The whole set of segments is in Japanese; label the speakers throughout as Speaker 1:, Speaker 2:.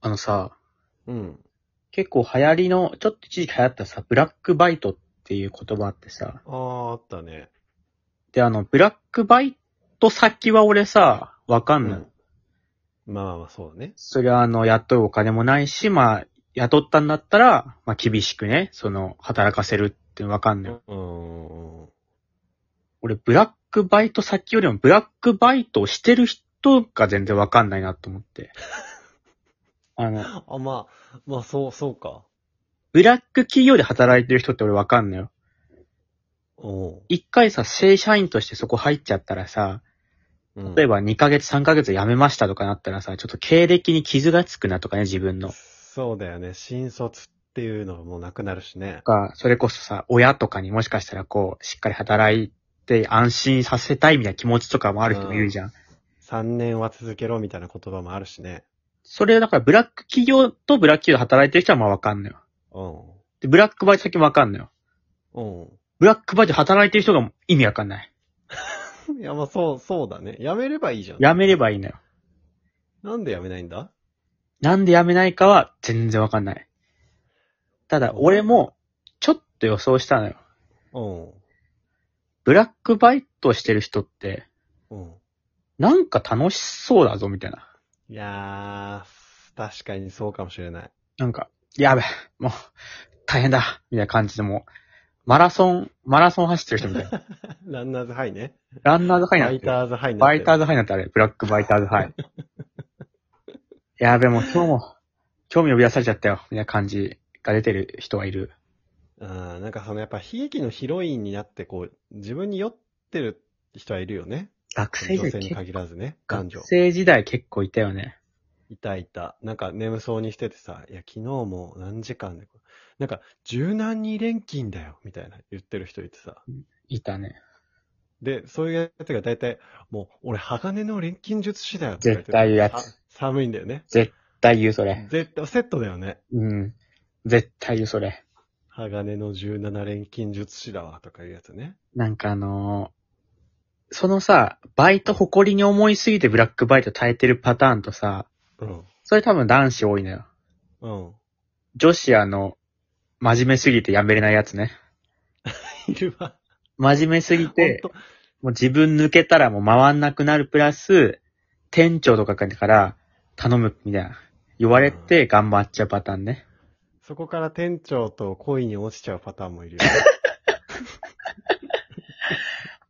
Speaker 1: あのさ、
Speaker 2: うん。
Speaker 1: 結構流行りの、ちょっと一時期流行ったさ、ブラックバイトっていう言葉あってさ、
Speaker 2: ああ、あったね。
Speaker 1: で、あの、ブラックバイト先は俺さ、わかんない。
Speaker 2: まあまあまあ、そうだね。
Speaker 1: それはあの、雇うお金もないし、まあ、雇ったんだったら、まあ、厳しくね、その、働かせるってわかん
Speaker 2: う
Speaker 1: ない。
Speaker 2: んうんうん。
Speaker 1: 俺、ブラックバイト先よりも、ブラックバイトをしてる人が全然わかんないなと思って。あの、
Speaker 2: あ、まあ、まあ、そう、そうか。
Speaker 1: ブラック企業で働いてる人って俺わかんないよ。
Speaker 2: お
Speaker 1: 一回さ、正社員としてそこ入っちゃったらさ、
Speaker 2: うん。
Speaker 1: 例えば2ヶ月、3ヶ月辞めましたとかなったらさ、ちょっと経歴に傷がつくなとかね、自分の。
Speaker 2: そうだよね。新卒っていうのがもうなくなるしね
Speaker 1: と。か、それこそさ、親とかにもしかしたらこう、しっかり働いて安心させたいみたいな気持ちとかもある人もいるじゃん。
Speaker 2: 3年は続けろみたいな言葉もあるしね。
Speaker 1: それだからブラック企業とブラック企業で働いてる人はまあわかんのよ。
Speaker 2: うん。
Speaker 1: で、ブラックバイト先もわかんのよ。
Speaker 2: う
Speaker 1: ブラックバイトで働いてる人が意味わかんない。
Speaker 2: ん。いや、まあ、そう、そうだね。やめればいいじゃん。
Speaker 1: 辞めればいいのよ。
Speaker 2: なんでやめないんだ
Speaker 1: なんで辞めないかは全然わかんない。ただ、俺も、ちょっと予想したのよ。
Speaker 2: うん。
Speaker 1: ブラックバイトしてる人って、
Speaker 2: うん。
Speaker 1: なんか楽しそうだぞ、みたいな。
Speaker 2: いやー、確かにそうかもしれない。
Speaker 1: なんか、やべ、もう、大変だ、みたいな感じでもう、マラソン、マラソン走ってる人みたいな。
Speaker 2: ランナーズハイね。
Speaker 1: ランナーズハイにな
Speaker 2: バ
Speaker 1: っ
Speaker 2: イ
Speaker 1: てる。
Speaker 2: ターズハイになっ
Speaker 1: バ
Speaker 2: て
Speaker 1: イター
Speaker 2: ズ。
Speaker 1: ズハイになってあれ、ブラックバイターズハイ。やべ、もう今日も、興味を呼び出されちゃったよ、みたいな感じが出てる人はいる。
Speaker 2: うん、なんかそのやっぱ悲劇のヒロインになってこう、自分に酔ってる人はいるよね。
Speaker 1: 学生
Speaker 2: 女
Speaker 1: 時
Speaker 2: 性
Speaker 1: 代
Speaker 2: に
Speaker 1: 結
Speaker 2: 限らずね、
Speaker 1: 構、
Speaker 2: 男女
Speaker 1: 学。生時代結構いたよね。
Speaker 2: いたいた。なんか眠そうにしててさ、いや、昨日も何時間で、なんか柔軟に錬金だよ、みたいな言ってる人いてさ。
Speaker 1: いたね。
Speaker 2: で、そういうやつが大体、もう、俺、鋼の錬金術師だよとか言って
Speaker 1: 絶対言うやつ
Speaker 2: さ寒いんだよね。
Speaker 1: 絶対言う、それ。
Speaker 2: 絶対、セットだよね。
Speaker 1: うん。絶対言う、それ。
Speaker 2: 鋼の17錬金術師だわ、とかいうやつね。
Speaker 1: なんかあのーそのさ、バイト誇りに思いすぎてブラックバイト耐えてるパターンとさ、
Speaker 2: うん。
Speaker 1: それ多分男子多いのよ。
Speaker 2: うん。
Speaker 1: 女子あの、真面目すぎてやめれないやつね。
Speaker 2: いるわ。
Speaker 1: 真面目すぎ
Speaker 2: ほん
Speaker 1: て、
Speaker 2: と。
Speaker 1: もう自分抜けたらもう回んなくなるプラス、店長とかから頼むみたいな。言われて頑張っちゃうパターンね。
Speaker 2: そこから店長と恋に落ちちゃうパターンもいるよね。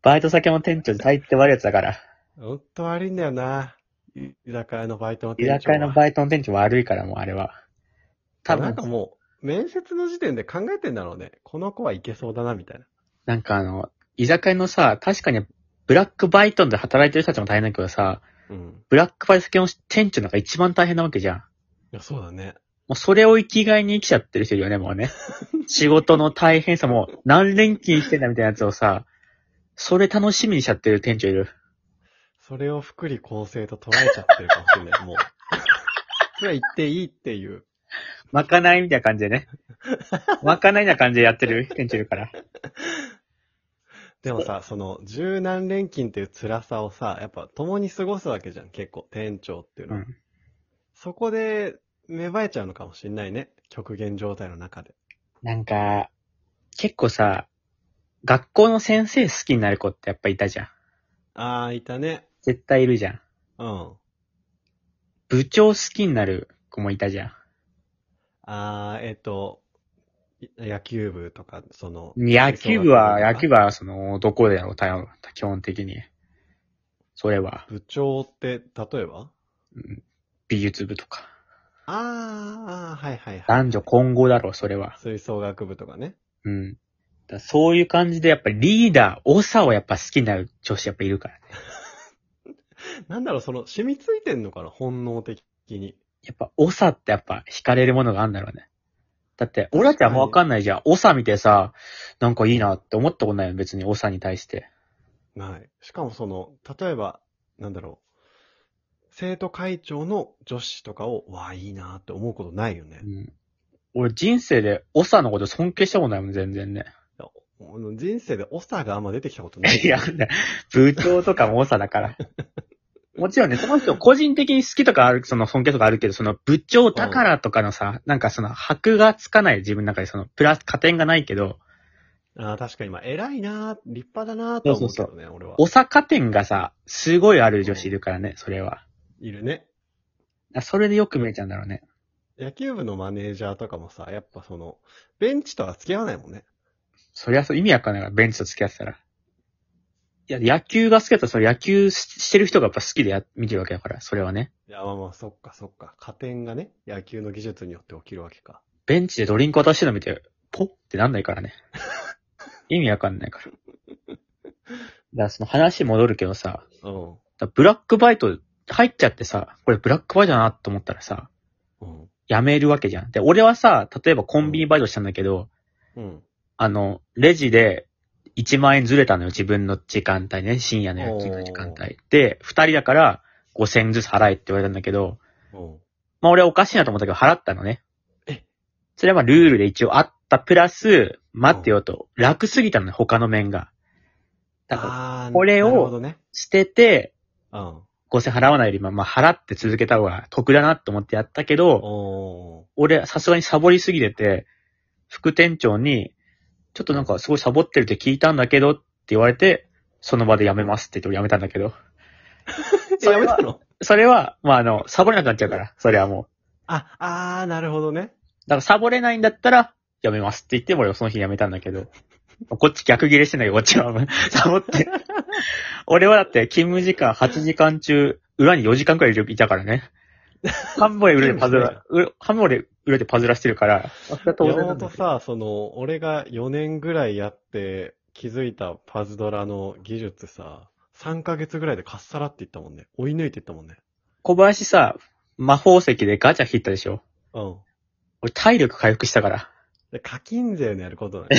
Speaker 1: バイト先も店長で大抵悪いやつだから。
Speaker 2: ほんと悪いんだよな。居酒屋のバイトの
Speaker 1: 居
Speaker 2: 店長は。
Speaker 1: 酒屋のバイトの店長悪いからもうあれは。多
Speaker 2: なん
Speaker 1: 分
Speaker 2: か、もう、面接の時点で考えてんだろうね。この子はいけそうだな、みたいな。
Speaker 1: なんかあの、居酒屋のさ、確かにブラックバイトで働いてる人たちも大変だけどさ、
Speaker 2: うん。
Speaker 1: ブラックバイト先の店長なんか一番大変なわけじゃん。
Speaker 2: いや、そうだね。
Speaker 1: もうそれを生きがいに生きちゃってる人いるよね、もうね。仕事の大変さもう何連勤してんだみたいなやつをさ、それ楽しみにしちゃってる店長いる。
Speaker 2: それを福利厚生と捉えちゃってるかもしれない、もう。 それは言っていいっていう。
Speaker 1: まかないみたいな感じでね。まかないな感じでやってる店長いるから。
Speaker 2: でもさ、その、柔軟錬金っていう辛さをさ、やっぱ共に過ごすわけじゃん、結構、店長っていうのは。
Speaker 1: うん
Speaker 2: そこで、芽生えちゃうのかもしれないね。極限状態の中で。
Speaker 1: なんか、結構さ、学校の先生好きになる子ってやっぱいたじゃん。
Speaker 2: あー、いたね。
Speaker 1: 絶対いるじゃん。
Speaker 2: うん。
Speaker 1: 部長好きになる子もいたじゃん。
Speaker 2: あー、えっ、と、い野球部とか、その、
Speaker 1: 野球部は、
Speaker 2: 吹奏楽部とか
Speaker 1: 野球部は、その、どこでやろう、たよ基本的に。それは、
Speaker 2: 部長って、例えば
Speaker 1: うん美術部とか。
Speaker 2: あー、はいはいはい。
Speaker 1: 男女混合だろう、それは。
Speaker 2: 吹奏楽部とかね。
Speaker 1: うん。だそういう感じで、やっぱりリーダー、長をやっぱ好きになる女子やっぱいるからね。
Speaker 2: なんだろう、その、染みついてんのかな本能的に。
Speaker 1: やっぱ、長ってやっぱ惹かれるものがあるんだろうね。だって、俺たちはもうわかんないじゃん。長見てさ、なんかいいなって思ったことないよ、別に長に対して。
Speaker 2: ない。しかもその、例えば、なんだろう、生徒会長の女子とかを、わあ、いいなーって思うことないよね
Speaker 1: う。ん。俺人生で長のこと尊敬したことないもん、全然ね。
Speaker 2: あの人生でオサがあんま出てきたことない。
Speaker 1: いや、部長とかも長だから。もちろんね、その人個人的に好きとかある、その尊敬とかあるけど、その部長だからとかのさ、なんかその箔がつかない自分の中でその、プラス加点がないけど、
Speaker 2: ああ、確かに、まあ、偉いなー立派だなーとは思うけどね、俺は。
Speaker 1: おさ加点がさ、すごいある女子いるからね、それは。
Speaker 2: いるね。
Speaker 1: あそれでよく見えちゃうんだろうね。
Speaker 2: 野球部のマネージャーとかもさ、やっぱその、ベンチとは付き合わないもんね。
Speaker 1: そりゃそう、意味わかんないから、ベンチと付き合ってたら。いや、野球が好きだったら、その野球ししてる人がやっぱ好きでや、見てるわけだから、それはね。
Speaker 2: いや、まあまあ、そっかそっか。加点がね、野球の技術によって起きるわけか。
Speaker 1: ベンチでドリンク渡してるの見て、ポッってなんないからね。意味わかんないから。だからその話戻るけどさ、
Speaker 2: うん。
Speaker 1: だブラックバイト入っちゃってさ、これブラックバイトだなと思ったらさ、
Speaker 2: うん。
Speaker 1: 辞めるわけじゃん。で、俺はさ、例えばコンビニバイトしたんだけど、
Speaker 2: うん。
Speaker 1: あの、レジで1万円ずれたのよ、自分の時間帯ね、深夜の夜勤の時間帯。で、2人だから5000円ずつ払えって言われたんだけど、
Speaker 2: うん。
Speaker 1: まあ俺はおかしいなと思ったけど払ったのね。
Speaker 2: え
Speaker 1: それはまあルールで一応あった、プラス、待ってよと、楽すぎたのね、他の面が。だから、
Speaker 2: ああ、
Speaker 1: これを
Speaker 2: なるほどね。
Speaker 1: 捨てて、
Speaker 2: うん。
Speaker 1: 5000払わないよりも、まあ払って続けた方が得だなと思ってやったけど、
Speaker 2: お
Speaker 1: 俺、さすがにサボりすぎてて、副店長に、ちょっとなんかすごいサボってるって聞いたんだけどって言われて、その場で辞めますって言って俺辞めたんだけど。
Speaker 2: ー。
Speaker 1: そ
Speaker 2: や
Speaker 1: れ
Speaker 2: めた
Speaker 1: は、
Speaker 2: の
Speaker 1: それは、まあ、あの、サボれなくなっちゃうから、それはも
Speaker 2: あ、ああ、なるほどね。
Speaker 1: う。だからサボれないんだったら、辞めますって言っても俺はその日辞めたんだけ ど。こっち逆ギレしてんだけど、こっちは サボって。俺はだって勤務時間8時間中、裏に4時間くらいいたからね。半分で裏でパズラ、う半分で裏でパズラしてるから、それは当然
Speaker 2: 山
Speaker 1: なんだ
Speaker 2: 本
Speaker 1: けど
Speaker 2: さ、その、俺が4年ぐらいやって気づいたパズドラの技術さ、3ヶ月ぐらいでかっさらっていったもんね。追い抜いていったもんね。
Speaker 1: 小林さ、魔法石でガチャ引いたでしょ
Speaker 2: うん。
Speaker 1: 俺体力回復したから。
Speaker 2: で課金税のやることだね。